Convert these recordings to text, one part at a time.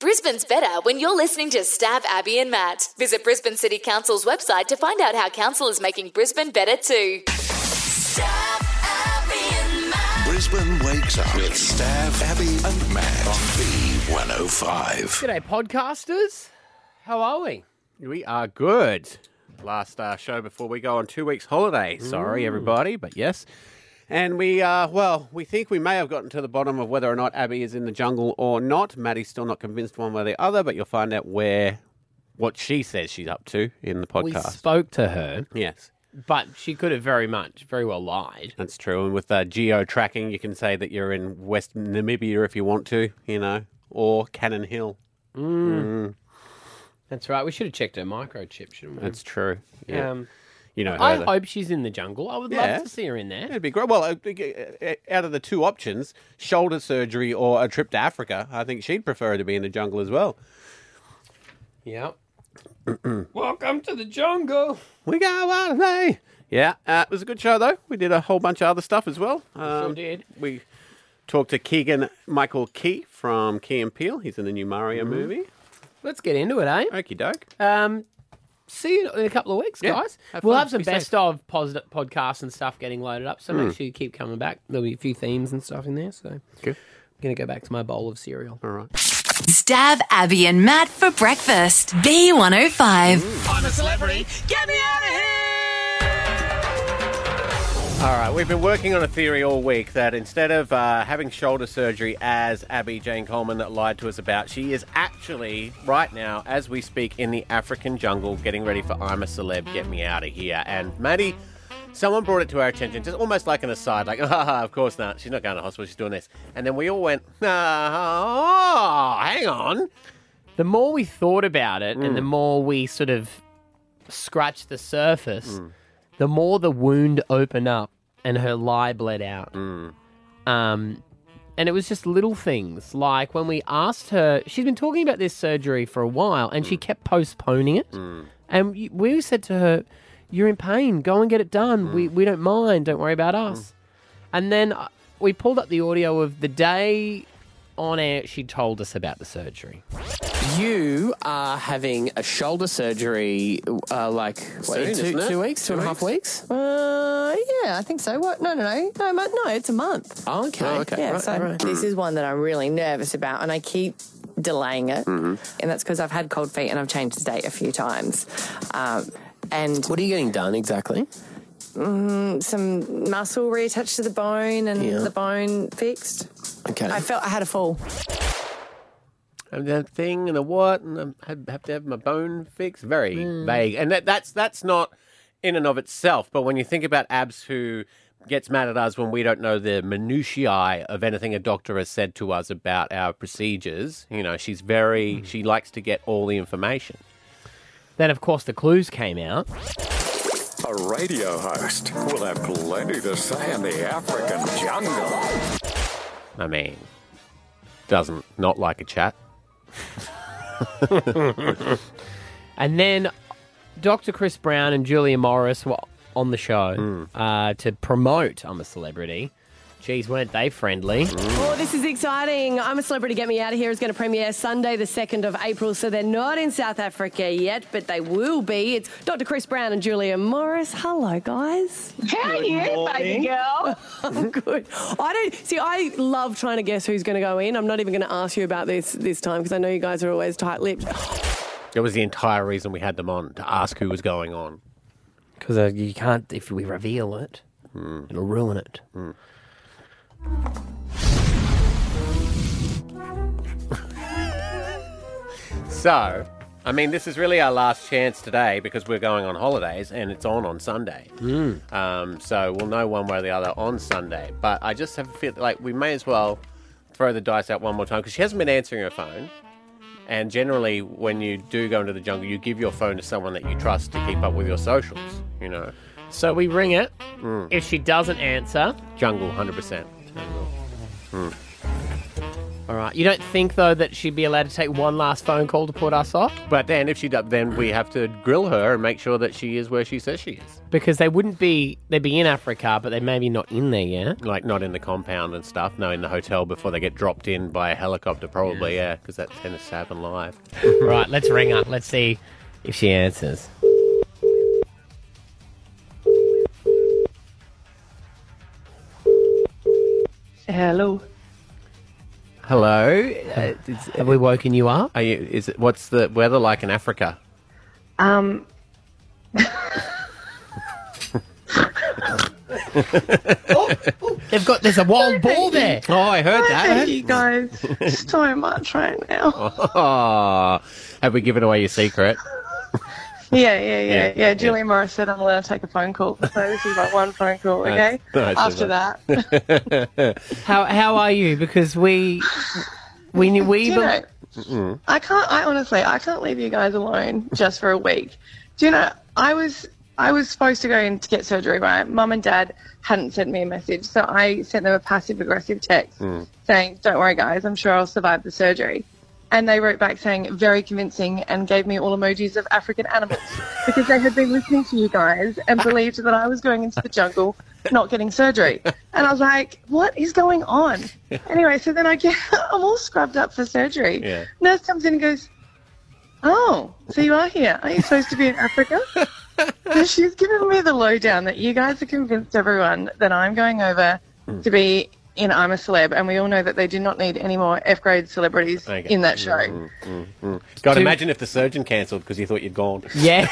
Brisbane's better when you're listening to Stab Abby and Matt. Visit Brisbane City Council's website to find out how council is making Brisbane better too. Stab Abby and Matt. Brisbane wakes up with Stav, Abby, and Matt on B105. G'day, podcasters. How are we? We are good. Last uh, show before we go on two weeks' holiday. Sorry, everybody, but yes. And we, uh, well, we think we may have gotten to the bottom of whether or not Abby is in the jungle or not. Maddie's still not convinced one way or the other, but you'll find out where, what she says she's up to in the We podcast. spoke to her, yes, but she could have very much, very well lied. that's true. And with uh, geo tracking, you can say that you're in West Namibia if you want to, you know, or Cannon Hill. Mm. Mm, That's right. We should have checked her microchip, shouldn't we? That's true. Yeah. Um, you know, I her- hope she's in the jungle. I would Yeah. love to see her in there. It'd be great. Well, uh, uh, uh, out of the two options, shoulder surgery or a trip to Africa, I think she'd prefer to be in the jungle as well. Yeah. Welcome to the jungle. We go one day. Yeah, uh, it was a good show though. We did a whole bunch of other stuff as well. Um, did. We talked to Keegan Michael Key from Key and Peele. He's in the new Mario movie. Mm-hmm. Let's get into it, eh? Okie doke. Um, see you in a couple of weeks, Yeah. guys. Have we'll fun. have some Be best safe. Mm. of pos- podcasts and stuff getting loaded up, so make sure you keep coming back. There'll be a few themes and stuff in there, so Good. I'm going to go back to my bowl of cereal. All right. Stab Abby and Matt for breakfast. B105. All right, we've been working on a theory all week that instead of uh, having shoulder surgery as Abby Jane Coleman that lied to us about, she is actually, right now, as we speak, in the African jungle getting ready for I'm a Celeb, Get Me Out of Here. And Maddie, someone brought it to our attention, just almost like an aside, like, ah, of course not, she's not going to hospital, she's doing this. And then we all went, oh, hang on. the more we thought about it and the more we sort of scratched the surface, the more the wound opened up and her lie bled out. Um, and it was just little things like when we asked her, she's been talking about this surgery for a while and she kept postponing it. And we- we said to her, You're in pain, go and get it done. We, Mm. we don't mind, don't worry about us. And then uh, we pulled up the audio of the day on air she told us about the surgery. You are having a shoulder surgery, uh, like wait, isn't it? two, two weeks, two and a half weeks. Uh, yeah, I think so. What? No, no, no, no, mo- no. It's a month. Oh, okay, okay, yeah, right, so right. this is one that I'm really nervous about, and I keep delaying it, Mm-hmm. and that's because I've had cold feet and I've changed the date a few times, um, and Mm, What are you getting done exactly? some muscle reattached to the bone and Yeah. the bone fixed. Okay, I felt I had a fall. and the thing and the what and I have, have to have my bone fixed. Very Hmm. vague, and that, that's that's not in and of itself. But when you think about abs who gets mad at us when we don't know the minutiae of anything a doctor has said to us about our procedures, you know, she's very Hmm. she likes to get all the information. Then, of course, the clues came out. A radio host will have plenty to say in the African jungle. I mean, doesn't not like a chat. And then Dr. Chris Brown and Julia Morris were on the show Hmm. uh, to promote I'm a Celebrity. Geez, weren't they friendly? Hmm. Oh, this is exciting. I'm a Celebrity Get Me Out of Here is going to premiere Sunday, the 2nd of April. So they're not in South Africa yet, but they will be. It's Dr. Chris Brown and Julia Morris. Hello, guys. How are you, baby girl? I'm Oh, good. I don't see. I love trying to guess who's going to go in. I'm not even going to ask you about this this time because I know you guys are always tight-lipped. That was the entire reason we had them on to ask who was going on. Because uh, you can't, if we reveal it, Hmm. it'll ruin it. So, I mean, this is really our last chance today because we're going on holidays and it's on on Sunday. Hmm. Um, so we'll know one way or the other on Sunday. But I just have a feel like we may as well throw the dice out one more time because she hasn't been answering her phone. And generally, when you do go into the jungle, you give your phone to someone that you trust to keep up with your socials. You know, Hmm. So we ring it. If she doesn't answer, Hmm. jungle, hundred percent. All right. You don't think though that she'd be allowed to take one last phone call to put us off But then, if she do- then we have to grill her and make sure that she is where she says she is, because they wouldn't be they'd be in Africa, but they maybe not in there yet. like not in the compound and stuff. No, in the hotel before they get dropped in by a helicopter, probably. Yeah, because that tends to happen live. right. Let's ring up. Let's see if she answers. Hello. Hello, uh, is, Have we woken you up? are you, is it, what's the weather like in Africa? Um, They've got there's a wild ball there. Oh, I heard thank you guys so much right now. Oh, have we given away your secret? Yeah, yeah, yeah, Yeah, yeah. Julia Morris said I'm allowed to take a phone call, so this is my one phone call. Okay. nice, After nice. that, How how are you? Because we we knew we you know, bel- Mm-hmm. I can't. I honestly, I can't leave you guys alone just for a week. Do you know? I was I was supposed to go and get surgery. Right, mum and dad hadn't sent me a message, so I sent them a passive aggressive text saying, "Don't worry, guys. I'm sure I'll survive the surgery." And they wrote back saying, very convincing, and gave me all emojis of African animals because they had been listening to you guys and believed that I was going into the jungle, not getting surgery. And I was like, what is going on? Anyway, so then I get, I'm all scrubbed up for surgery. Yeah. Nurse comes in and goes, oh, so you are here. Aren't you supposed to be in Africa? So she's given me the lowdown that you guys have convinced everyone that I'm going over Hmm. to be in I'm a Celeb, and we all know that they do not need any more F grade celebrities Okay. Mm, in that show. God, Two- imagine if the surgeon cancelled because you thought you'd gone. Yeah.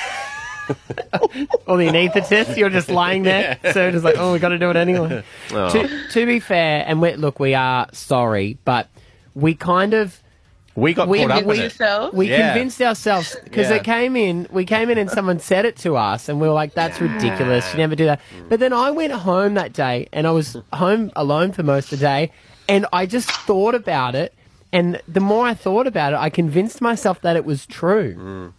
or the anaesthetist, you're just lying there. So it's like, oh, we got to do it anyway. Oh. To, to be fair, and we, look, we are sorry, but we kind of We got We- caught up we- with Convince it. yourself. we Yeah. convinced ourselves because Yeah. it came in. We came in and someone said it to us, and we were like, "That's ridiculous. You never do that." But then I went home that day, and I was home alone for most of the day, and I just thought about it. And the more I thought about it, I convinced myself that it was true.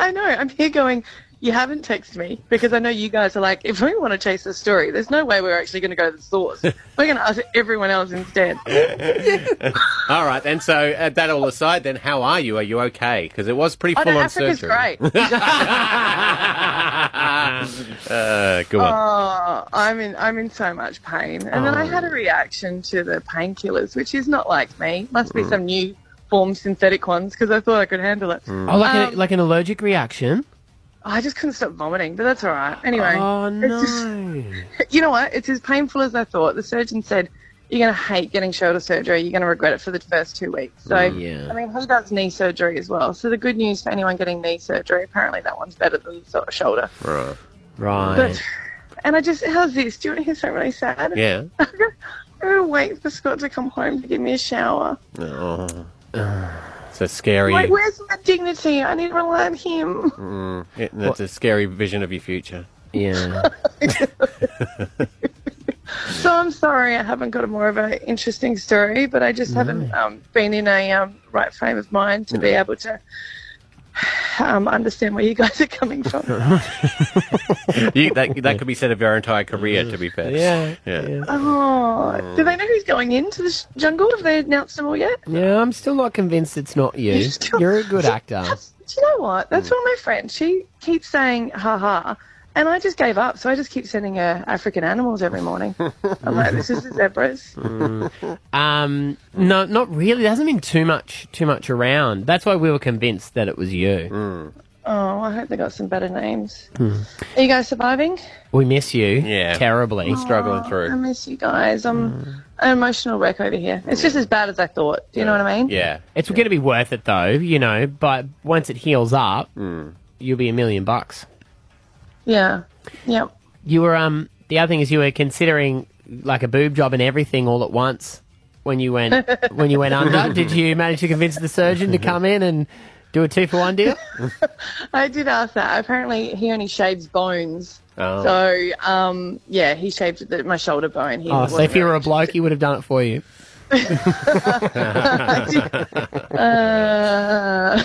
I know. I'm here going. You haven't texted me because I know you guys are like, if we want to chase this story, there's no way we're actually going to go to the source. we're going to ask everyone else instead. All right, and so uh, that all aside, then how are you? Are you okay? Because it was pretty Oh, full no, on Africa's surgery. great. Uh, good one. Oh, I'm in. I'm in so much pain, and then I had Oh. a reaction to the painkillers, which is not like me. Must Hmm. be some new form synthetic ones because I thought I could handle it. Hmm. Oh, like, Um, an, like an allergic reaction. Oh, I just couldn't stop vomiting, but that's all right. Anyway, Oh it's just- no! you know what? It's as painful as I thought. The surgeon said, you're going to hate getting shoulder surgery. You're going to regret it for the first two weeks. So, Mm, yeah. I mean, who does knee surgery as well? So, the good news for anyone getting knee surgery, apparently that one's better than sort of shoulder. Right. And I just, how's this? Do you want to hear something really sad? Yeah. I'm going to wait for Scott to come home to give me a shower. Uh. It's a scary. Like, where's my dignity? I need to rely on him. Mm, it- It's a scary vision of your future. Yeah. So I'm sorry I haven't got a more of a interesting story, but I just haven't um, been in a um, right frame of mind to be able to um, understand where you guys are coming from. You, that that could be said of your entire career, to be fair. yeah. Yeah. oh, do they know who's going into the sh- jungle? Have they announced them all yet? Yeah, I'm still not convinced it's not you. You're still- You're a good actor. That's, do you know what? That's one of my friends. She keeps saying "ha ha," and I just gave up. So I just keep sending her African animals every morning. I'm like, this is the zebras. Mm. Um, no, not really. There hasn't been too much, too much around. That's why we were convinced that it was you. Oh, I hope they got some better names. Are you guys surviving? We miss you, Yeah. terribly. Struggling I through. miss you guys. I'm an emotional wreck over here. It's just as bad as I thought. Do you know what I mean? Yeah. It's going to be worth it though, you know. But once it heals up, Hmm. you'll be a million bucks. Yeah. Yeah. You were um. The other thing is you were considering like a boob job and everything all at once when you went when you went under. Did you manage to convince the surgeon to come in and do a two for one deal? I did ask that. Apparently, he only shaves bones. Oh. So, um, yeah, he shaved the, my shoulder bone. He Oh, so if wasn't you were very a bloke, he would have done it for you. interested. Uh,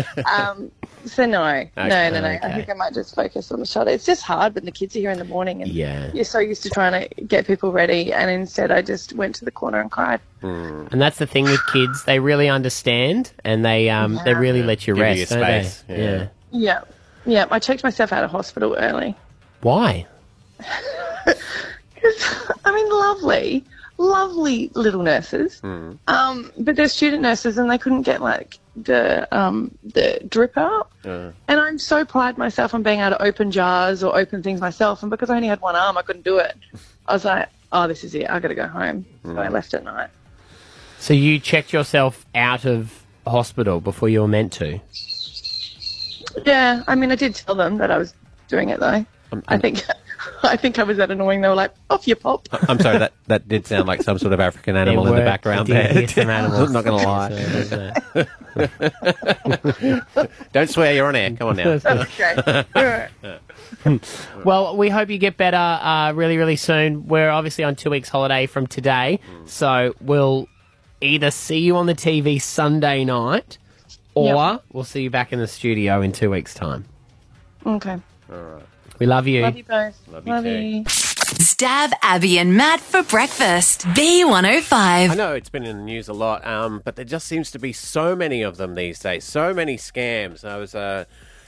um, So no, no, no, no. okay. I think I might just focus on the shoulder. It's just hard when the kids are here in the morning and Yeah. you're so used to trying to get people ready, and instead I just went to the corner and cried. Mm. And that's the thing with kids; they really understand, and they um, they really let you Give you rest, your don't they? space, yeah. Yeah, yeah. I checked myself out of hospital early. Why? I mean, lovely, lovely little nurses. Hmm. Um, but they're student nurses, and they couldn't get like the um, the drip out. And I'm so pride myself on being able to open jars or open things myself. And because I only had one arm, I couldn't do it. I was like, oh, this is it. I got to go home. So Hmm. I left at night. So you checked yourself out of hospital before you were meant to. Yeah, I mean, I did tell them that I was doing it though. Um, I think. I think I was that annoying. They were like, "Off your pop." I'm sorry, that, that did sound like some sort of African animal They in the were- background they did there. hear some animals. I'm not going to lie. So, Don't swear, you're on air. Come on now. okay. All right. Well, we hope you get better uh, really, really soon. We're obviously on two weeks holiday from today, Mm. so we'll either see you on the TV Sunday night, or we'll see you back in the studio in two weeks' time. Okay. We love you. Love you both. Love you too. Stab Abby and Matt for breakfast. I B105. know it's been in the news a lot, um, but there just seems to be so many of them these days. So many scams. I was uh,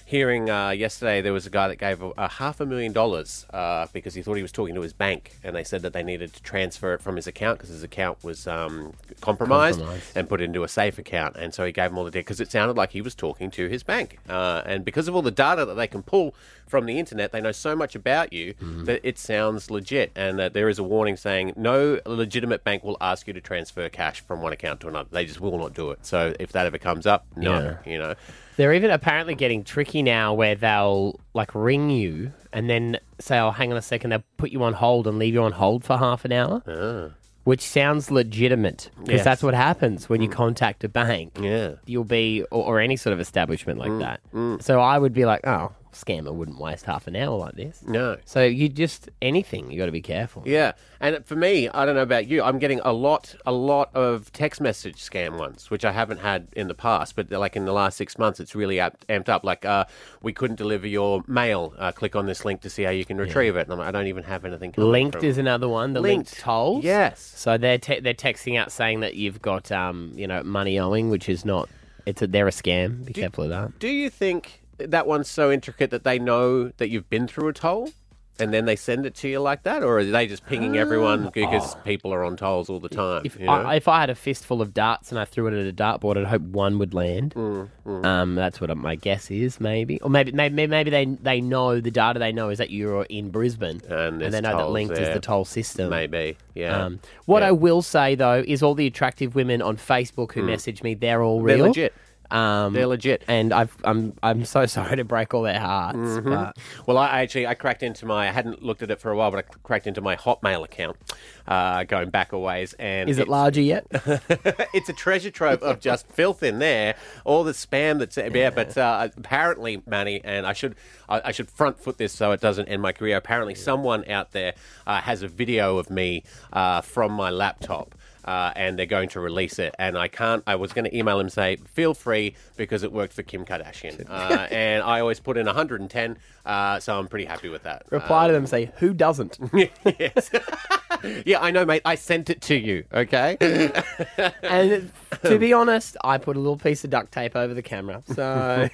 hearing uh, yesterday there was a guy that gave a, a half a million dollars uh, because he thought he was talking to his bank, and they said that they needed to transfer it from his account because his account was um, compromised, and put it into a safe account. And so he gave them all the data because it sounded like he was talking to his bank. Uh, and because of all the data that they can pull from the internet, they know so much about you that it sounds legit. And that there is a warning saying no legitimate bank will ask you to transfer cash from one account to another. They just will not do it. So if that ever comes up, no, you know. They're even apparently getting tricky now where they'll like ring you and then say, oh, hang on a second. They'll put you on hold and leave you on hold for half an hour, which sounds legitimate because Ah. Yes. Mm. that's what happens when you contact a bank. Yeah. Mm, You'll be, or, or any sort of establishment like that. So I would be like, oh, scammer wouldn't waste half an hour like this. No. So you just, anything, you got to be careful. Yeah, and for me, I don't know about you. I'm getting a lot, a lot of text message scam ones, which I haven't had in the past. But like in the last six months, it's really up, amped up. Like, uh, we couldn't deliver your mail. Uh, click on this link to see how you can retrieve it. And I'm like, I don't even have anything. coming Linked from- is another one. The linked, Linked. tolls. Yes. So they're te- they're texting out saying that you've got um you know money owing, which is not. It's a, they're a scam. Be careful of that. Do you think that one's so intricate that they know that you've been through a toll? And then they send it to you like that, or are they just pinging everyone because people are on tolls all the time? Ah. If you know? I, if I had a fistful of darts and I threw it at a dartboard, I'd hope one would Mm. land. Um, that's what my guess is, maybe, or maybe maybe maybe they they know the data they know is that you're in Brisbane, And there's they know that tolls linked is there. the toll system. Maybe, yeah. Um, what Yeah. Mm. I will say though is all the attractive women on Facebook who message me, they're all They're real. legit. Um, They're legit. and I've, I'm I'm so sorry to break all their hearts. Mm-hmm. But Well, I I actually I cracked into my I hadn't looked at it for a while, but I cr- cracked into my Hotmail account, uh, going back a ways, and is it it's- larger yet? it's a treasure trove of just filth in there, all the spam that's yeah. but uh, apparently, Manny, and I should I, I should front foot this so it doesn't end my career. Apparently, someone out there uh, has a video of me uh, from my laptop. Uh, and they're going to release it, and I can't. I was going to email him and say, "Feel free," because it worked for Kim Kardashian, uh, and I always put in 110, uh, so I'm pretty happy with that. Reply to them, and say who doesn't? yes. Uh, yeah, I know, mate. I sent it to you. Okay. and to be honest, I put a little piece of duct tape over the camera. So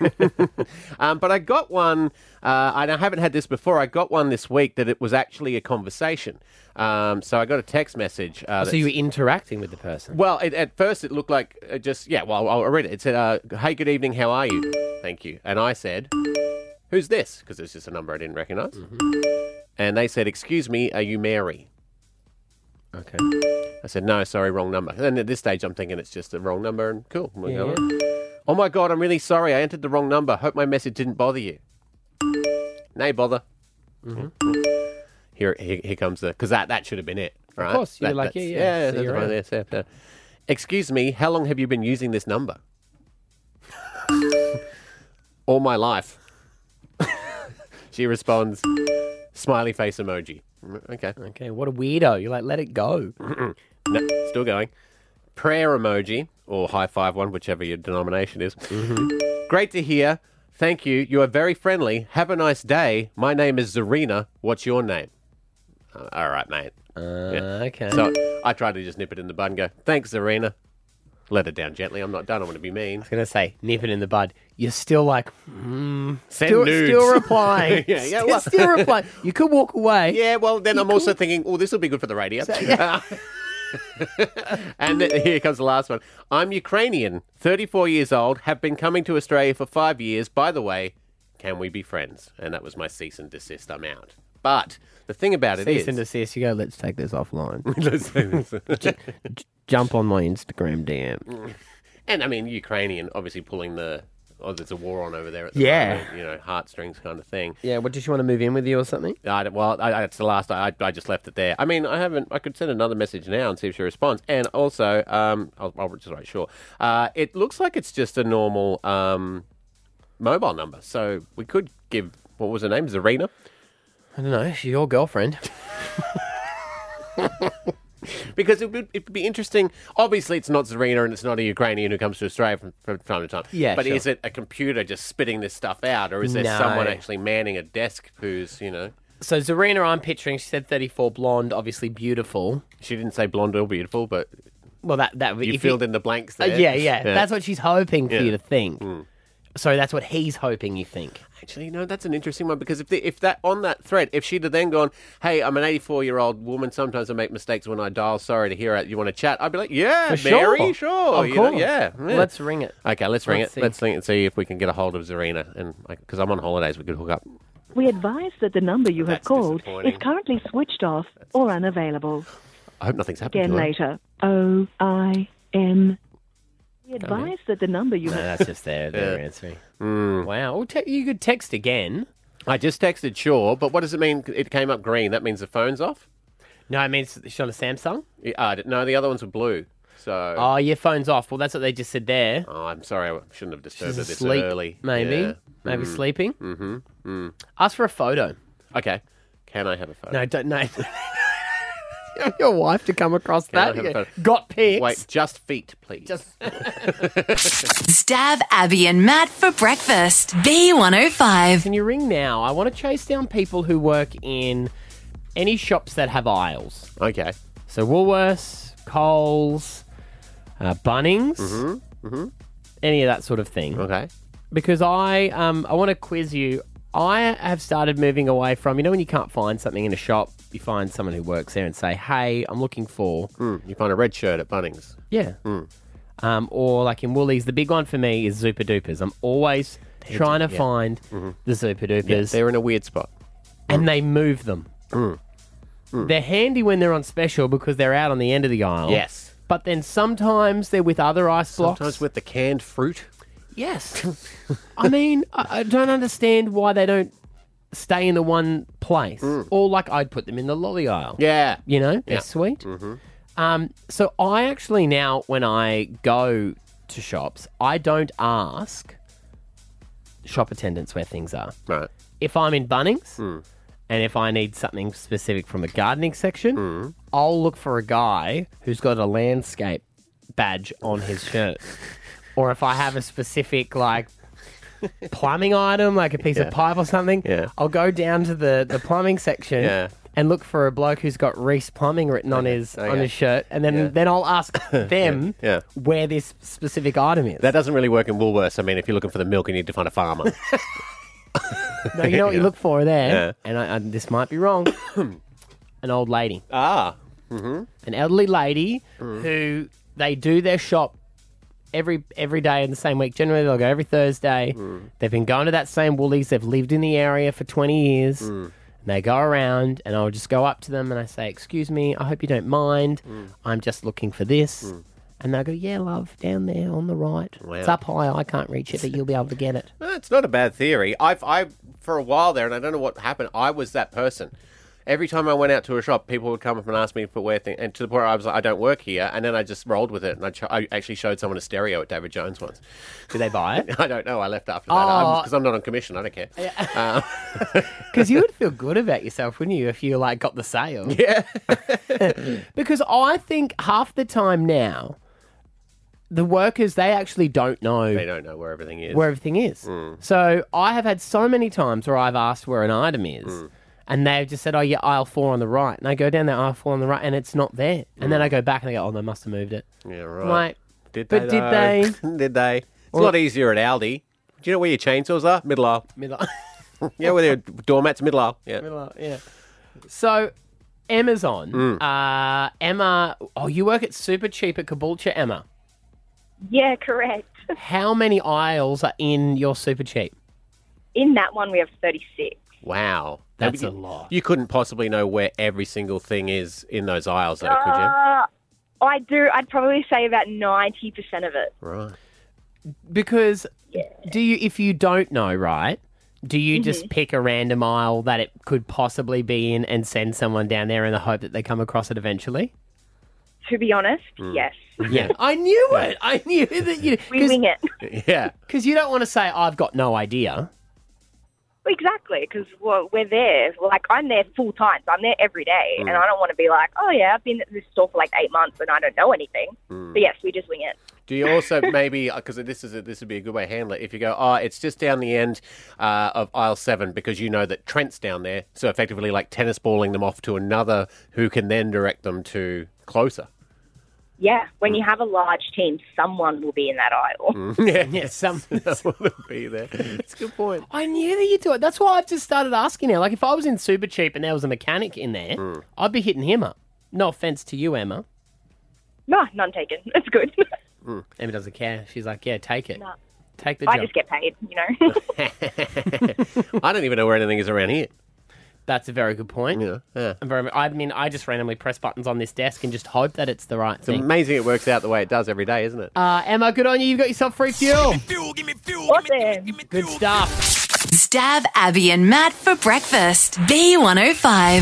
Um, but I got one, uh, and I haven't had this before. I got one this week that it was actually a conversation. Um, so I got a text message. Uh, Oh, so that- you were interacting with the person. well, it, at first it looked like uh, just yeah. Well, I'll I'll read it. It said, uh, "Hey, good evening. How are you? Thank you." And I said, "Who's this?" Because it's just a number I didn't recognize. Mm-hmm. And they said, "Excuse me, are you Mary?" Okay. I said, no, sorry, wrong number. And at this stage, I'm thinking it's just the wrong number and cool. we'll go on. Oh my God, I'm really sorry. I entered the wrong number. Hope my message didn't bother you. Nay, bother. Mm-hmm. Here, here, here comes the, because that, that should have been it, right? course, you That- were like, yeah, that's- yeah, Yeah, see that's you right, around. yes, yeah, yeah. Excuse me, how long have you been using this number? All my life. she responds, smiley face emoji. Okay. Okay. What a weirdo! You're like, let it go. No, still going. Mm-hmm. Prayer emoji or high five one, whichever your denomination is. Great to hear. Thank you. You are very friendly. Have a nice day. My name is Zarina. What's your name? Uh, all right, mate. Yeah. Uh, okay. So I tried to just nip it in the bud and go, thanks, Zarina. Let it down gently. I'm not done. I want to be mean. gonna say nip it in the bud. You're still like, hmm, Send still, nudes. still replying. Yeah, yeah, Still- well- still replying. You could walk away. Yeah, well, then I'm also thinking, oh, this will be good for the radio. and th- here comes the last one. I'm Ukrainian, 34 years old, have been coming to Australia for five years. By the way, can we be friends? And that was my cease and desist. I'm out. But the thing about it is, Cease and desist. You go. Let's take this offline. Let's say this. Jump on my Instagram DM. and I mean, Ukrainian, obviously pulling the, oh, there's a war on over there at the Yeah. moment, you know, heartstrings kind of thing. Yeah. What did you want to move in with you or something? I, don't- well, I, I- that's the last. I, I just left it there. I mean, I haven't. I could send another message now and see if she responds. And also, um, I'll, I'll just write sure. Uh, it looks like it's just a normal um, mobile number, so we could give what was her name, Zarina. I don't know. She's your girlfriend. because it would it'd be interesting. Obviously, it's not Zarina and it's not a Ukrainian who comes to Australia from, from time to time. Yeah, but sure. is it a computer just spitting this stuff out, or is there No. someone actually manning a desk who's you know? So Zarina, I'm picturing. She said 34, blonde, obviously beautiful. She didn't say blonde or beautiful, but Well, that that you if filled in the blanks Uh, there. yeah, yeah, That's what she's hoping for Yeah. Hmm. you to think. So that's what he's hoping you think. Actually, no, that's an interesting one because if the, if that on that thread, if she'd have then gone, "Hey, I'm an 84 year old woman. Sometimes I make mistakes when I dial. Sorry to hear it. You want to chat?" I'd be like, "Yeah, For Mary, sure, sure. Of you know, course. yeah, yeah." Let's ring it. Okay, let's ring Let's it. see. Let's think and see if we can get a hold of Zarina, and because I'm on holidays, we could hook up. We advise that the number you have That's called disappointing. is currently switched off or unavailable. I hope nothing's happened Again to her. later. O I M. We advise that the number you have. that's just their their answering. Wow. Well, te- you could text again. Mm. I just texted sure, but what does it mean? It came up green. That means the phone's off. No, I mean it's- she's on a Samsung. Yeah, Uh, no, the other ones were blue. So Oh, your phone's off. Well, that's what they just said there. oh, I'm sorry, I shouldn't have disturbed She's her this asleep, early. maybe. Yeah. Mm. Maybe sleeping. Mm-hmm. Ask for a photo. Okay. Can I have a photo? No, don't. No. your wife to come across I that. have a Yeah. photo? Got pics. Wait, just feet, please. Just- Stab Abby and Matt for breakfast. B105. Can you ring now? I want to chase down people who work in any shops that have aisles. Okay. So Woolworths, Coles, uh, Bunnings, any of that sort of thing. Mm-hmm, Okay. Because I, um, I want to quiz you. I have started moving away from you know when you can't find something in a shop, you find someone who works there and say, "Hey, I'm looking for Mm, you find a red shirt at Bunnings. Mm. yeah." Um, or like in Woolies, the big one for me is Zupa Dupas. I'm always trying to find the Zupa Dupas, Mm-hmm. They're in a weird spot. Mm. and they move them. They're handy when they're on special because they're out on the end of the aisle. But then sometimes they're with other ice blocks. Sometimes with the canned fruit. yes. I mean, I, I don't understand why they don't stay in the one place. Or like I'd put them in the lolly aisle. Mm. Yeah. You know, they're sweet. Um, so I actually now, when I go to shops, I don't ask shop attendants where things are. Right. Hmm. If I'm in Bunnings. And if I need something specific from the gardening section, Hmm. I'll look for a guy who's got a landscape badge on his shirt. or if I have a specific, like, plumbing item, like a piece of pipe or something, Yeah. I'll go down to the, the plumbing section. Yeah. And look for a bloke who's got Reese Plumbing written on his on okay. his shirt, and then, then I'll ask them Yeah. where this specific item is. That doesn't really work in Woolworths. I mean, if you're looking for the milk, you need to find a farmer. No, you know what you look for there, Yeah. and I, I, this might be wrong. An old lady. ah. Mm. an elderly lady who they do their shop every every day in the same week. Generally, they'll go every Thursday. Mm. They've been going to that same Woolies. They've lived in the area for twenty years. Mm. And they go around, and I'll just go up to them and I say, "Excuse me, I hope you don't mind. I'm just looking for this." And they'll go, "Yeah, love, down there on the right. It's up high. I can't reach it, but you'll be able to get it." Well, It's not a bad theory. I've, I, for a while there, and I don't know what happened. I was that person. Every time I went out to a shop, people would come up and ask me for where things, and to the point where I was like, I don't work here, and then I just rolled with it, and I, cho- I actually showed someone a stereo at David Jones once. Do they buy it? I don't know. I left after Oh. that because I'm not on commission. I don't care. Uh, Because you would feel good about yourself, wouldn't you, if you like got the sale? Yeah. because I think half the time now, the workers they actually don't know They don't know where everything is. Hmm. where everything is. So I have had so many times where I've asked where an item is, Hmm. and they've just said, "Oh yeah, aisle four on the right," and I go down that aisle four on the right, and it's not there. And Hmm. then I go back and I go, "Oh, they must have moved it." Yeah, I'm right. Like, did but they? did though? did they? It's Well- a lot easier at Aldi. Do you know where your chainsaws are? Middle aisle. Middle yeah, where your doormats, middle aisle. Yeah. Middle aisle, yeah. So Amazon, Hmm. uh, Emma, oh, you work at Super Cheap at Caboolture, Emma. Yeah, correct. How many aisles are in your Super Cheap? In that one, we have 36. Wow. That's Now, a you- lot. You couldn't possibly know where every single thing is in those aisles, though, could you? Uh, I do. I'd probably say about 90% of it. Right. Because do you if you don't know, right? Do you Mm-hmm. just pick a random aisle that it could possibly be in and send someone down there in the hope that they come across it eventually? To be honest, yes. Mm. Yeah. I knew it. I knew that you We wing it. Yeah. Cuz you don't want to say I've got no idea. Exactly, because we're, we're there. Like, I'm there full time. So I'm there every day. And Mm. I don't want to be like, oh, yeah, I've been at this store for like eight months and I don't know anything. Mm. But yes, we just wing it. Do you also maybe because this is a, this would be a good way to handle it if you go oh it's just down the end uh, of aisle seven because you know that Trent's down there so effectively like tennis balling them off to another who can then direct them to closer. Yeah, Mm. when you have a large team, someone will be in that aisle. yeah, Yeah, some that would be there. It's a good point. I knew that you'd do it. That's why I've just started asking now. Like if I was in super cheap and there was a mechanic in there, Mm. I'd be hitting him up. No offense to you, Emma. No, none taken. It's good. Mm. Emma doesn't care. She's like, yeah, take it. No. Take the I job. just get paid, you know. I don't even know where anything is around here. That's a very good point. Yeah, yeah. I'm very- I mean, I just randomly press buttons on this desk and just hope that it's the right It's thing. amazing it works out the way it does every day, isn't it? Uh, Emma, good on you. You've got yourself free fuel. awesome. Good stuff. Stab Abby and Matt for breakfast. B105.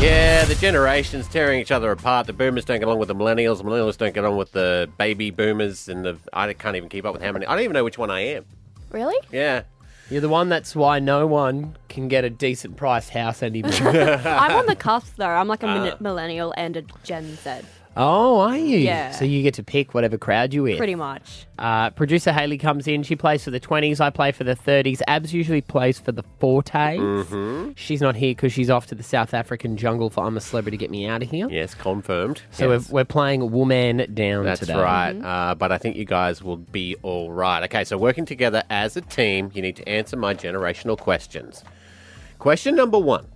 Yeah, the generations tearing each other apart. The boomers don't get along with the millennials. The millennials don't get on with the baby boomers, and the I can't even keep up with how many. I don't even know which one I am. Really? Yeah, You're the one that's why no one can get a decent priced house anymore. I'm on the cusp though. I'm like a Uh. min- millennial and a Gen Z, oh, are you? Yeah. So you get to pick whatever crowd you're in. pretty much. Uh, producer Haley comes in. She plays for the 20s. I play for the 30s. Abs usually plays for the 40s. Mm-hmm. She's not here because she's off to the South African jungle for I'm a Celebrity Get Me Out of Here. yes, confirmed. So Yes. we're, we're playing Woman Down That's today. right. Mm-hmm. Uh, but I think you guys will be all right. Okay, so working together as a team, you need to answer my generational questions. Question number one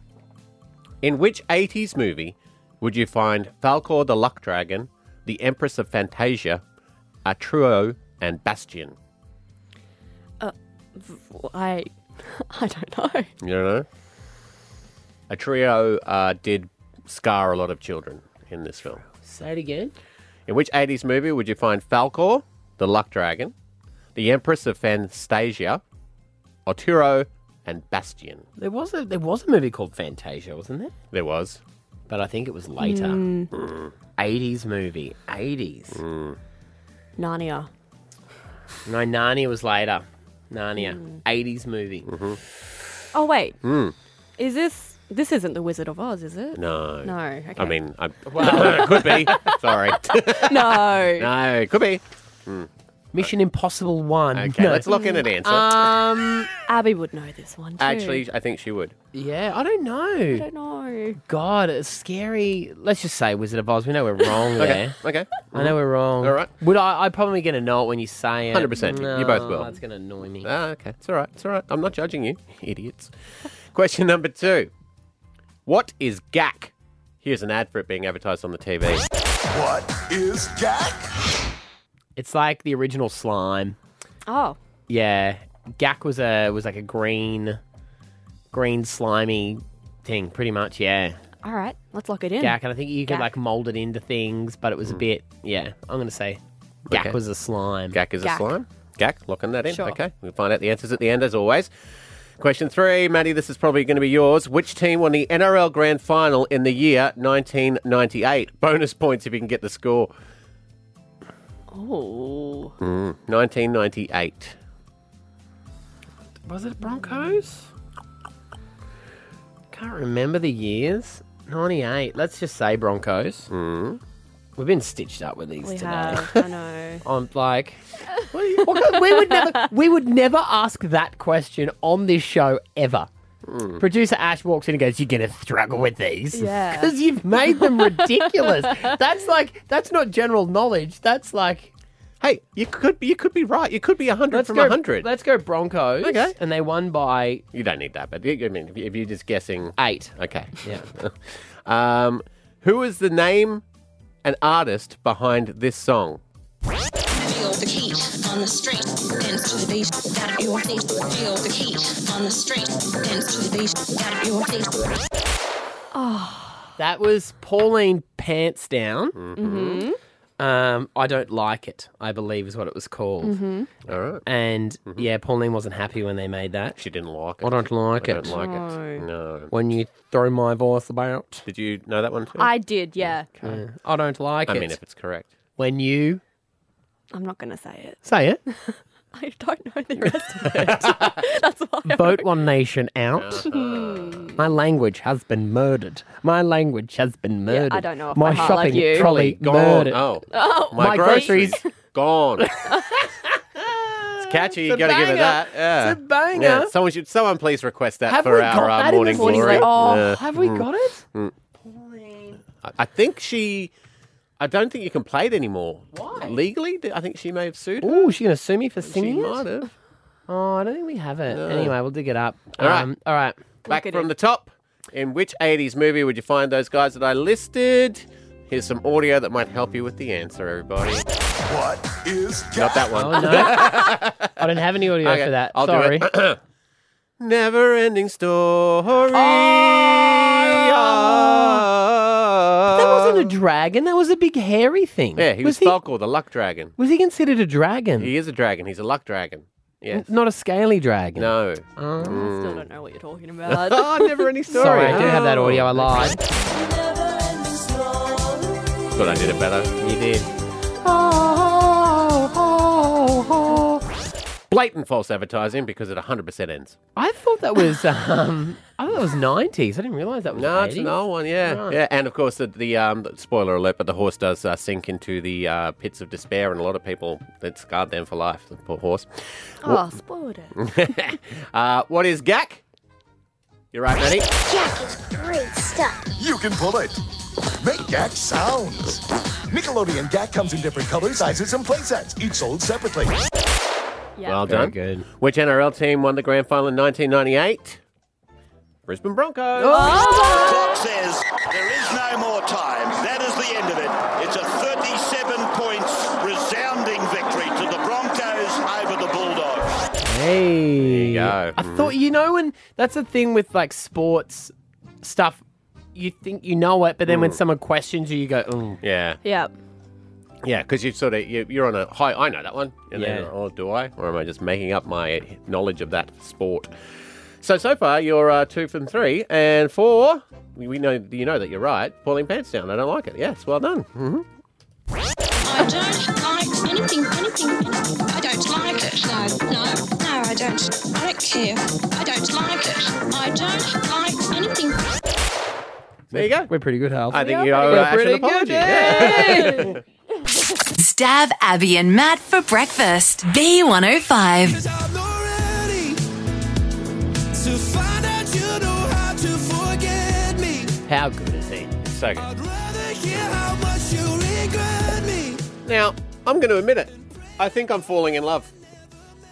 In which 80s movie would you find Falcor the Luck Dragon, the Empress of Fantasia, Atruo, and Bastion? Uh, I, I don't know. You don't know? Atruo uh, did scar a lot of children in this film. Say it again. In which 80s movie would you find Falcor, the Luck Dragon, the Empress of Fantasia, Arturo, and Bastion? There was a there was a movie called Fantasia, wasn't there? There was. Hmm. But I think it was later. Eighties movie. Eighties. Narnia. No, Narnia was later. Hmm. Narnia. Eighties movie. Mm-hmm. Oh wait, Hmm. is this this isn't the Wizard of Oz, is it? No. No. Okay. I mean, I, it could be. Sorry. no. no, it could be. Mission Impossible One. Hmm. Mm. Okay, No. let's lock in an answer. Um Abby would know this one. Too. Actually, I think she would. Yeah, I don't I know. don't know. God, it's scary. Let's just say Wizard of Oz. We know we're wrong there. Okay. I know we're wrong. All right. Would I? I'm probably going to know it when you say it. 100%. You- you both will. That's going to annoy me. Ah, okay. It's all right. It's all right. I'm not judging you, idiots. Question number two What is GAC? Here's an ad for it being advertised on the TV. What is GAC? It's like the original slime. Oh, Yeah, Gak was a was like a green, green slimy thing, pretty much. Yeah, all right. Let's lock it in. Gak, and I think you could Gak. like mold it into things, but it was a bit. Yeah, I'm gonna say Gak Mm. Okay. was a slime. Gak is a Gak. slime. Gak, locking that in. Sure. Okay, we'll find out the answers at the end, as always. Question three, Maddie, this is probably going to be yours. Which team won the NRL Grand Final in the year 1998? Bonus points if you can get the score. Oh. 1998. Was it Broncos? can't remember the years. 98. Let's just say Broncos. We've been stitched up with these We today. have. I know. I'm like, what do you- what- we would never, we would never ask that question on this show ever. Producer Ash walks in and goes, "You're gonna struggle with these, Yeah. because you've made them ridiculous." that's like, that's not general knowledge. That's like, hey, you could be, you could be right. You could be hundred from hundred. Let's go Broncos. Okay. and they won by. You don't need that, but I mean, if you- if you're just guessing eight, okay, Yeah. um, who is the name and artist behind this song? Feel the heat on the street, dance to the beat, that your feet. Feel the heat on the street, dance to the beat, that your feet. Oh. That was Pauline Pants Down. Mhm. Um, I don't like it. I believe is what it was called. Mhm. All right. And yeah, Pauline wasn't happy when they made that. Mm-hmm. She didn't like it. I don't like I it. don't like it. No. When you throw my voice about. Did you know that one too? I did, yeah. Yeah. I don't like I it. mean, if it's correct. When you I'm not going to say it. say it, I don't know the rest of it. That's why. I vote one nation Uh-huh. out. Hmm. My language has been murdered. My language has been murdered. I don't know if My I shopping heart like you. trolley Gone. murdered. Oh. Oh. My, My groceries, groceries. gone. it's catchy. You It's a got to give it banger. that. Yeah. It's a banger. Yeah, someone should. Someone please request that Have for we our got uh, that in morning the 40s? glory. Oh, Yeah. have we Mm. got it? Mm. I- I think she. I don't think you can play it anymore. Why? Legally, I think she may have sued. Ooh, she's gonna sue me for singing it? might have. Oh, I don't think we have it. No. Anyway, we'll dig it up. All Um, right. all right. Back from the top. In which 80s movie would you find those guys that I listed? Here's some audio that might help you with the answer, everybody. What is Not that one. Oh, no. I don't have any audio Okay, for that. I'll do Sorry. it. Never ending story. Oh, Oh. That wasn't a dragon. That was a big hairy thing. Yeah, he was, he, Falco, the luck dragon. was he considered a dragon? He is a dragon. He's a luck dragon. Yeah. N- Not a scaly dragon. No. Oh, still Mm. don't know what you're talking about. oh, never any story. Oh. Sorry, I do have that audio. I lied. Thought I did it better. You did. Ah. Oh, Blatant false advertising because it 100% ends. I thought that was um, I thought that was nineties. I didn't realize that was No, it's 80s. an old one, yeah, Right. yeah. And of course, the, the um, spoiler alert, but the horse does uh, sink into the uh, pits of despair, and a lot of people that scarred them for life. The poor horse. Oh, spoiled it. Mm. Wh- uh, what is gack? You're right, Maddie. Jack is great stuff. You can pull it. Make GAC sounds. Nickelodeon GAC comes in different colors, sizes, and playsets, each sold separately. Well Very done. good. Which NRL team won the grand final in 1998? Brisbane Broncos. Clock says there is no more time. That is the end of it. It's a 37 points resounding victory to the Broncos over the Bulldogs. Hey, I Mhm. thought you know when that's the thing with like sports stuff. You think you know it, but then when Mm. someone questions you, you go, "Oh, Yeah, Yeah. yeah, because you've sort of you, you're on a high. I know that one. And then, Yeah. oh, do I, or am I just making up my knowledge of that sport? So so far you're uh, two from three, and four. We we know you know that you're right. Pauline pants down. I don't like it. Yes, well done. Mm-hmm. I don't like anything, anything, anything. I don't like it. No, no, no, I don't. I don't care. I don't like it. I don't like anything. There you go. We're pretty good, Hal. I think you pretty owe good. Ash an Pretty good, apology. yeah. Stab Abby and Matt for breakfast. B105. To find out you know how to forget me. how good is he?" So good. Hear how much you regret me. Now, I'm going to admit it. I think I'm falling in love.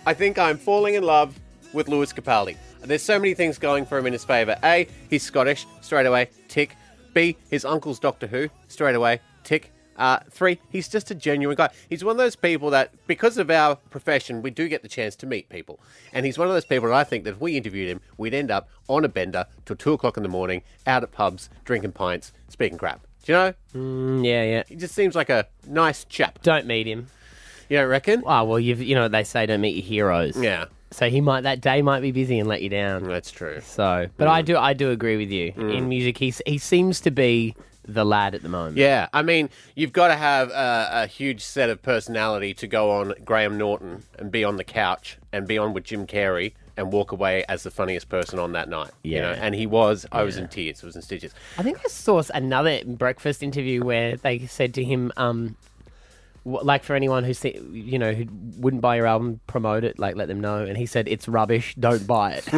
I think I'm falling in love with Lewis Capaldi. There's so many things going for him in his favour. A, he's Scottish, straight away, tick. B, his uncle's Doctor Who, straight away, tick. Uh, three, he's just a genuine guy. He's one of those people that, because of our profession, we do get the chance to meet people. And he's one of those people that I think that if we interviewed him, we'd end up on a bender till two o'clock in the morning, out at pubs, drinking pints, speaking crap. Do you know? Mm, yeah, yeah. He just seems like a nice chap. Don't meet him. You don't reckon? Oh, well, you've, you know what they say, don't meet your heroes. Yeah. So he might that day might be busy and let you down. That's true. So, but I do I do agree with you. In music, he he seems to be the lad at the moment. Yeah, I mean, you've got to have a, a huge set of personality to go on Graham Norton and be on the couch and be on with Jim Carrey and walk away as the funniest person on that night. You know, Yeah. and he was. I was in tears. I was in stitches. I think I saw another breakfast interview where they said to him, um, wh- like for anyone who see, you know who wouldn't buy your album, promote it, like let them know. And he said, "It's rubbish. Don't buy it."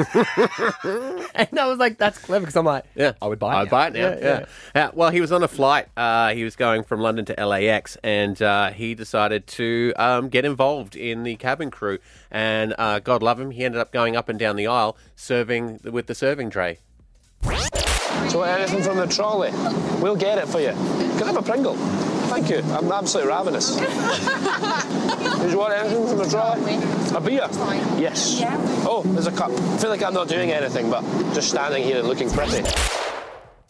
and I was like, "That's clever," because I'm like, Yeah, I would buy. I'd now. buy it now. Yeah, Yeah, yeah. Uh, well, he was on a flight. Uh, he was going from London to LAX, and uh, he decided to um, get involved in the cabin crew. And uh, God love him, he ended up going up and down the aisle serving with the serving tray. Do you want anything from the trolley? We'll get it for you. Can I have a Pringle? Thank you. I'm absolutely ravenous. Did you want anything from the trolley? A beer? Yes. Oh, there's a cup. I feel like I'm not doing anything, but just standing here and looking pretty.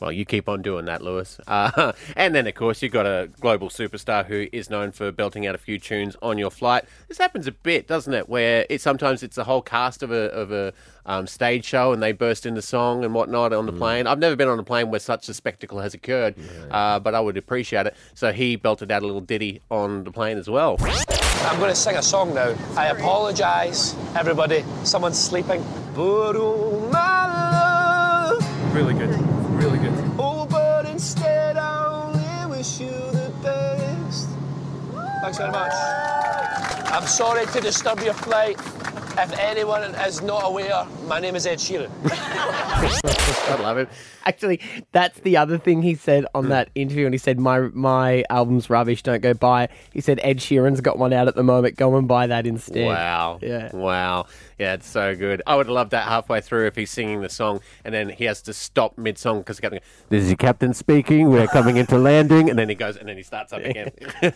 Well, you keep on doing that, Lewis. Uh, and then, of course, you've got a global superstar who is known for belting out a few tunes on your flight. This happens a bit, doesn't it? Where it sometimes it's the whole cast of a of a um, stage show and they burst into song and whatnot on the plane. I've never been on a plane where such a spectacle has occurred, uh, but I would appreciate it. So he belted out a little ditty on the plane as well. I'm going to sing a song now. I apologise, everybody. Someone's sleeping. But oh, my love. Really good. Really good. Oh, but instead I only wish you the best. Thanks very much. I'm sorry to disturb your flight. If anyone is not aware, my name is Ed Sheeran. I love it. Mm. Actually, that's the other thing he said on that interview. And he said, "My my album's rubbish. Don't go buy it." He said, "Ed Sheeran's got one out at the moment. Go and buy that instead." Wow. Yeah. Wow. Yeah, it's so good. I would love that halfway through if he's singing the song and then he has to stop mid song because This is your captain speaking. We're coming into landing. And then he goes and then he starts up again.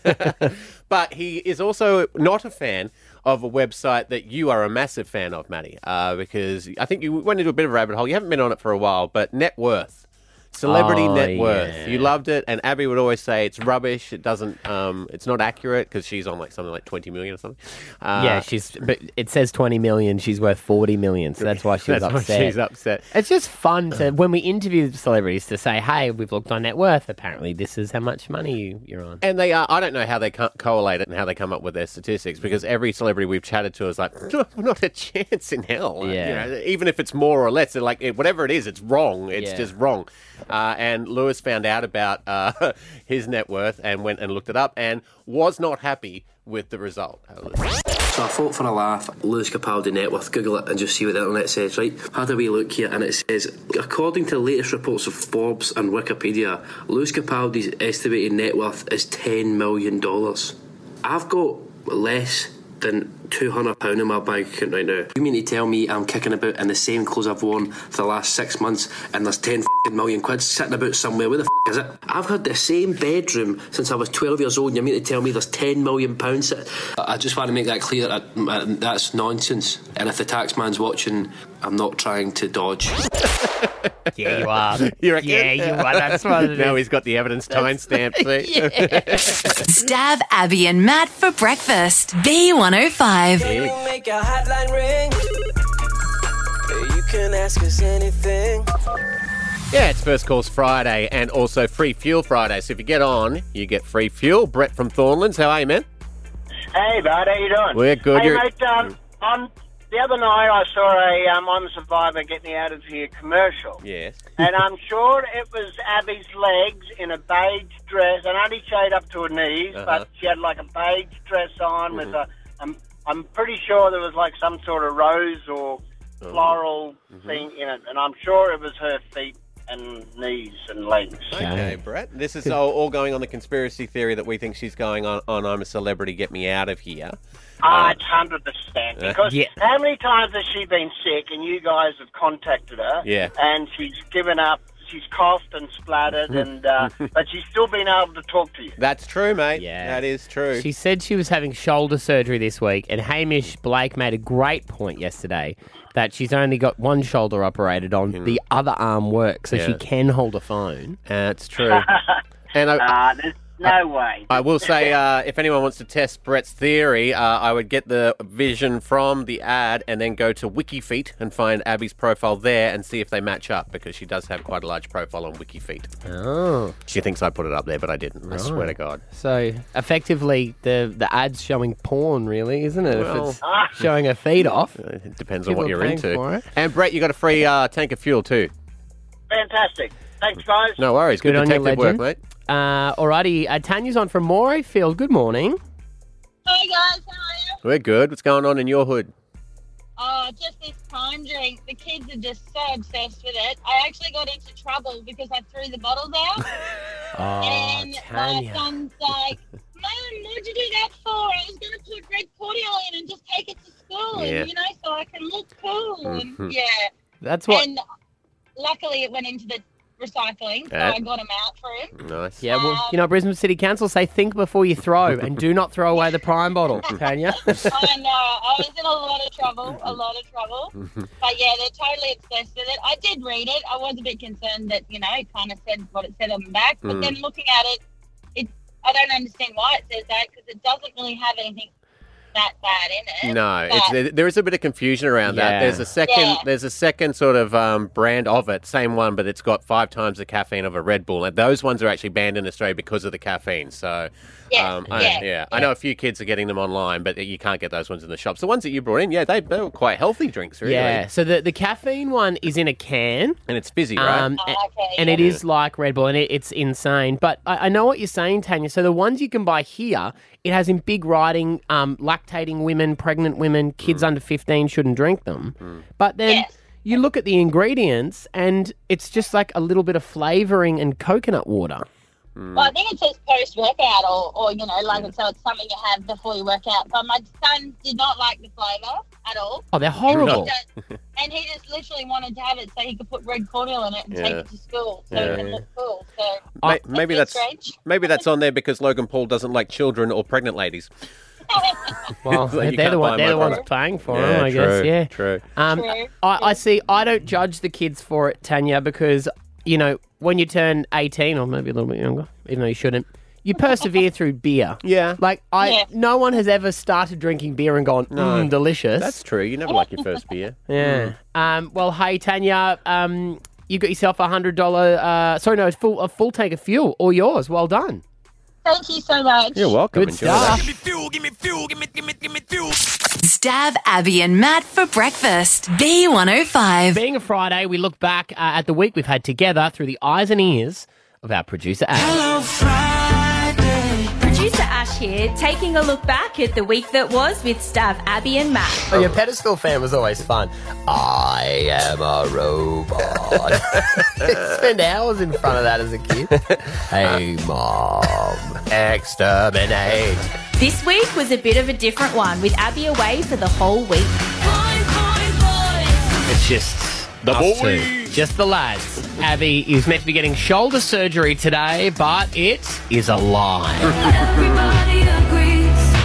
but he is also not a fan of a website that you are a massive fan of, Maddie, uh, because I think you went into a bit of a rabbit hole. You haven't been on it for a while, but net worth. Celebrity Oh, net worth. yeah. You loved it, and Abby would always say it's rubbish. It doesn't. Um, it's not accurate because she's on like something like twenty million or something. Uh, yeah, she's. But it says twenty million. She's worth forty million. So that's why she's That's why upset. she's upset. It's just fun to when we interview celebrities to say, "Hey, we've looked on net worth. Apparently, this is how much money you, you're on." And they are. I don't know how they co- collate it and how they come up with their statistics because every celebrity we've chatted to is like, not a chance in hell. You Yeah. know, even if it's more or less, they're like eh, whatever it is, it's wrong. It's Yeah. just wrong. Uh, and Lewis found out about uh, his net worth and went and looked it up and was not happy with the result. So I thought for a laugh, Lewis Capaldi net worth, Google it and just see what the internet says, right? Had a wee look here and it says, according to the latest reports of Forbes and Wikipedia, Lewis Capaldi's estimated net worth is $10 million. I've got less than £200 in my bank account right now. You mean to tell me I'm kicking about in the same clothes I've worn for the last six months and there's 10 fing million quid sitting about somewhere? Where the f- is it? I've had the same bedroom since I was 12 years old and you mean to tell me there's 10 million pounds sitting? I I just want to make that clear that I, that's nonsense. And if the tax man's watching, I'm not trying to dodge. yeah, you are. You reckon? Yeah, you are. That's what it now is. he's got the evidence timestamp. see? Stab Abby and Matt for breakfast. B105. You make a hotline ring. You can ask us anything. Yeah, it's First Calls Friday and also Free Fuel Friday. So if you get on, you get free fuel. Brett from Thornlands, how are you, man? Hey, bud, how you doing? We're good. Hey, You're- mate, um, on the other night I saw a um, I'm a Survivor, Get Me Out of Here commercial. Yes. and I'm sure it was Abby's legs in a beige dress, and only showed up to her knees, Uh-huh. but she had like a beige dress on with Mhm. a. I'm I'm pretty sure there was like some sort of rose or Oh. floral Mm-hmm. thing in it, and I'm sure it was her feet and knees and legs. Okay, Brett. This is all, all going on the conspiracy theory that we think she's going on, on I'm a celebrity, get me out of here. Ah, it's hundred percent. Uh, Because yeah. how many times has she been sick, and you guys have contacted her? Yeah. and she's given up. She's coughed and splattered, and uh, but she's still been able to talk to you. That's true, mate. Yeah. That is true. She said she was having shoulder surgery this week, and Hamish Blake made a great point yesterday that she's only got one shoulder operated on, the other arm works, so Mm-hmm. Yeah. she can hold a phone. That's true. and I, Ah, there's, No way. I will say, uh, if anyone wants to test Brett's theory, uh, I would get the vision from the ad and then go to Wikifeet and find Abby's profile there and see if they match up because she does have quite a large profile on Wikifeet. Oh. She thinks I put it up there, but I didn't. I swear to God. So effectively, the the ad's showing porn, really, isn't it? Well- if it's showing a feed off, it depends on People what are you're paying into. for it. And Brett, you got a free uh, tank of fuel too. Fantastic. Thanks, guys. No worries. Good, on you, detective work, mate. legend. Uh, alrighty, uh, Tanya's on from Morayfield. Good morning. Hey guys, how are you? We're good. What's going on in your hood? Oh, just this prime drink. The kids are just so obsessed with it. I actually got into trouble because I threw the bottles out. Oh, and my Tanya. son's like, Mum, what'd you do that for? I was going to put red cordial in and just take it to school, Yeah. you know, so I can look cool. Mhm. Mm-hmm. And, yeah. That's what. And luckily it went into the recycling, so Yeah. I got them out for him. Nice. Yeah, um, well, you know, Brisbane City Council say think before you throw and do not throw away the prime bottle, Tanya. I know. I was in a lot of trouble, a lot of trouble. But yeah, they're totally obsessed with it. I did read it. I was a bit concerned that you know it kind of said what it said on the back, but Mm. then looking at it, it I don't understand why it says that because it doesn't really have anything that bad in it. No, but, it's, there- there is a bit of confusion around Yeah. that. There's a second, Yeah. there's a second sort of um, brand of it, same one, but it's got five times the caffeine of a Red Bull, and those ones are actually banned in Australia because of the caffeine. So, Yeah, um, I, yeah, I know a few kids are getting them online, but you can't get those ones in the shops. The ones that you brought in, yeah, they, they were quite healthy drinks, really. Yeah, so the, the caffeine one is in a can. Um, And it's fizzy, right? a- and it is like Red Bull, and it, it's insane. But I, I know what you're saying, Tanya. So the ones you can buy here, it has in big writing, um, lactating women, pregnant women, kids Mm. under 15 shouldn't drink them. But then you look at the ingredients, and it's just like a little bit of flavoring and coconut water. Well, I think it says post workout or, or you know, Hmm. like so it's uh, something you have before you work out. But my son did not like the flavour at all. Oh, they're And he horrible. just- And he just literally wanted to have it so he could put red cordial in it and take Yeah. it to school so Yeah. it could look cool. So Ma- maybe that's strange. maybe that's on there because Logan Paul doesn't like children or pregnant ladies. Well, Like, they're, you they're can't the, buy one, they're my the ones product. paying for Yeah, them, I guess. true, Yeah, true. Um, True. I, I see. I don't judge the kids for it, Tanya, because you know when you turn eighteen or maybe a little bit younger, even though you shouldn't, you persevere through beer. Yeah, like I. Yeah. No one has ever started drinking beer and gone, mm, delicious. That's true. You never like your first beer. Hmm. Yeah. Um, well, hey Tanya, um, you got yourself a hundred dollar. Uh, sorry, no, full a full tank of fuel, all yours. Well done. Thank you so much. You're welcome. Good Enjoy stuff. that. Stab Abby and Matt for breakfast. B105. Being a Friday, we look back uh, at the week we've had together through the eyes and ears of our producer. Adam. Producer Ash here, taking a look back at the week that was with Stav, Abby, and Matt. Oh, your pedestal fan was always fun. I am a robot. Spend hours in front of that as a kid. hey, mom, exterminate. This week was a bit of a different one, with Abby away for the whole week. It's just the boys, just the lads. Abby is meant to be getting shoulder surgery today, but it is a lie.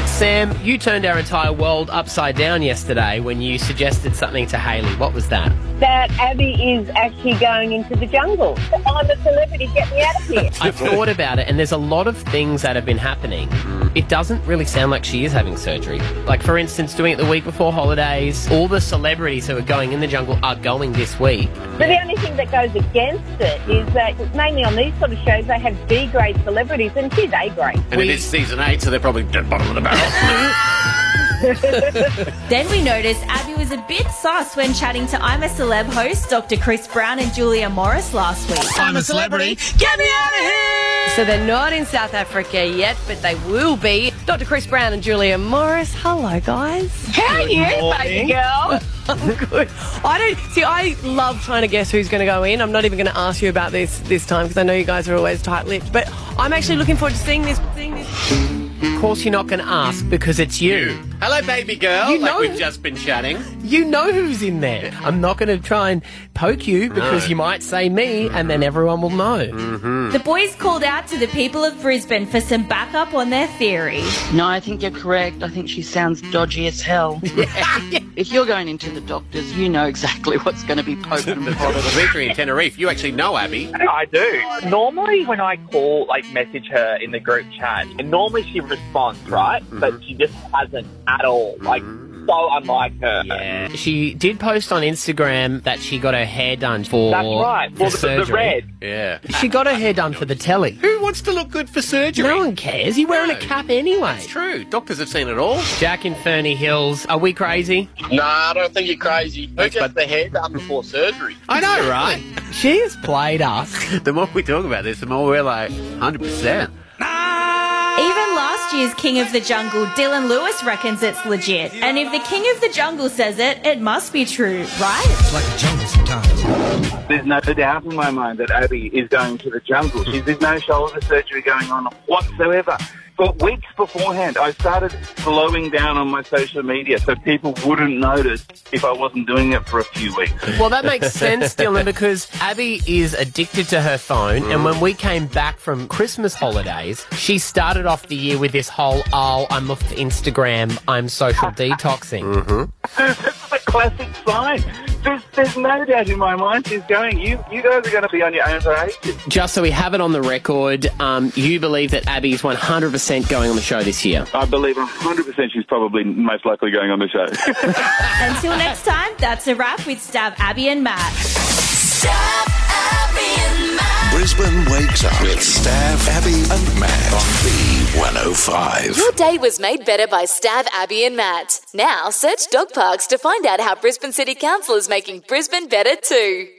Sam, you turned our entire world upside down yesterday when you suggested something to Haley. What was that? that Abby is actually going into the jungle. I'm a celebrity, get me out of here. I thought about it, and there's a lot of things that have been happening. It doesn't really sound like she is having surgery. Like, for instance, doing it the week before holidays, all the celebrities who are going in the jungle are going this week. But the only thing that goes against it is that mainly on these sort of shows they have B grade celebrities and she's A grade. And it is season eight, so they're probably dead bottom of the barrel. Then we noticed Abby was a bit sus when chatting to I'm a Celeb host Dr. Chris Brown and Julia Morris last week. I'm a celebrity. Get me out of here! So they're not in South Africa yet, but they will be. Dr. Chris Brown and Julia Morris. Hello, guys. How are you, baby girl? I'm good. I don't see. I love trying to guess who's going to go in. I'm not even going to ask you about this this time because I know you guys are always tight-lipped. But I'm actually looking forward to seeing this. Seeing this. Of course, you're not going to ask because it's you. Hello, baby girl. You like know- we've just been chatting. You know who's in there. I'm not going to try and poke you because No. you might say me and then everyone will know. The boys called out to the people of Brisbane for some backup on their theory. No, I think you're correct. I think she sounds dodgy as hell. if you're going into the doctors, you know exactly what's going to be poked and prodded. The victory in Tenerife. You actually know Abby. I do. Normally, when I call, like, message her in the group chat, and normally she responds, right? But she just hasn't at all. Like, so unlike her. Yeah. She did post on Instagram that she got her hair done for That's right, for the, the- the surgery. red. Yeah. She got her hair done for the telly. Who wants to look good for surgery? No one cares. You're wearing a No. cap anyway. That's true. Doctors have seen it all. Jack in Fernie Hills. Are we crazy? Nah, I don't think you're crazy. Who gets the hair done before surgery? I know, right? she has played us. The more we talk about this, the more we're like, 100%. Even last year's King of the Jungle, Dylan Lewis reckons it's legit. And if the King of the Jungle says it, it must be true, right? It's like a jungle sometimes. There's no doubt in my mind that Abby is going to the jungle. She's, there's no shoulder surgery going on whatsoever. For weeks beforehand, I started slowing down on my social media so people wouldn't notice if I wasn't doing it for a few weeks. Well, that makes sense, Dylan, because Abby is addicted to her phone. And when we came back from Christmas holidays, she started off the year with this whole, oh, I'm off Instagram, I'm social detoxing. That's the classic sign. There's, there's no doubt in my mind she's going. You, you guys are going to be on your own for ages. Just so we have it on the record, um, you believe that Abby's 100% going on the show this year. I believe 100% she's probably most likely going on the show. Until next time, that's a wrap with Stab Abby and Matt. Brisbane wakes up with Stav, Abby, and Matt on B105. Your day was made better by Stav, Abby, and Matt. Now search dog parks to find out how Brisbane City Council is making Brisbane better too.